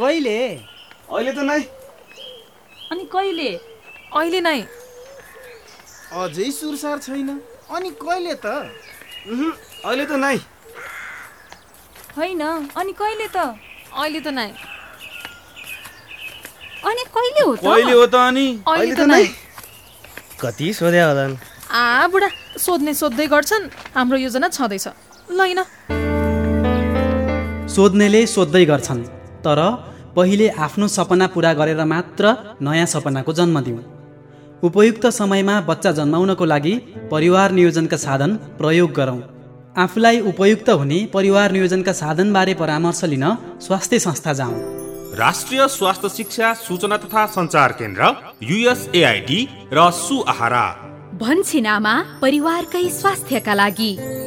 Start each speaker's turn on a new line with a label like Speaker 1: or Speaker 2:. Speaker 1: कहिले
Speaker 2: अहिले त नै
Speaker 3: अनि कहिले अहिले नै
Speaker 1: अझै सुरसार छैन अनि कहिले त
Speaker 2: उहुँ, अहिले त नै
Speaker 3: होइन अनि कहिले त अहिले त नै अनि कहिले हो त
Speaker 2: कहिले हो त अनि
Speaker 3: अहिले त नै
Speaker 4: कति सोध्या होलान्
Speaker 3: आ बुढा सोध्ने सोध्दै गर्छन् हाम्रो योजना छँदैछ लैन
Speaker 5: सोध्नेले सोध्दै गर्छन् तर पहिले आफ्नो सपना पुरा गरेर मात्र नयाँ सपनाको जन्म दिउँ उपयुक्त समयमा बच्चा जन्माउनको लागि परिवार नियोजनका साधन प्रयोग गरौँ आफूलाई उपयुक्त हुने परिवार नियोजनका साधनबारे परामर्श लिन स्वास्थ्य संस्था जाउँ
Speaker 6: राष्ट्रिय स्वास्थ्य शिक्षा सूचना तथा सञ्चार केन्द्र युएसएआइडी र सुआहारा
Speaker 7: भन्छिनामा परिवारकै स्वास्थ्यका लागि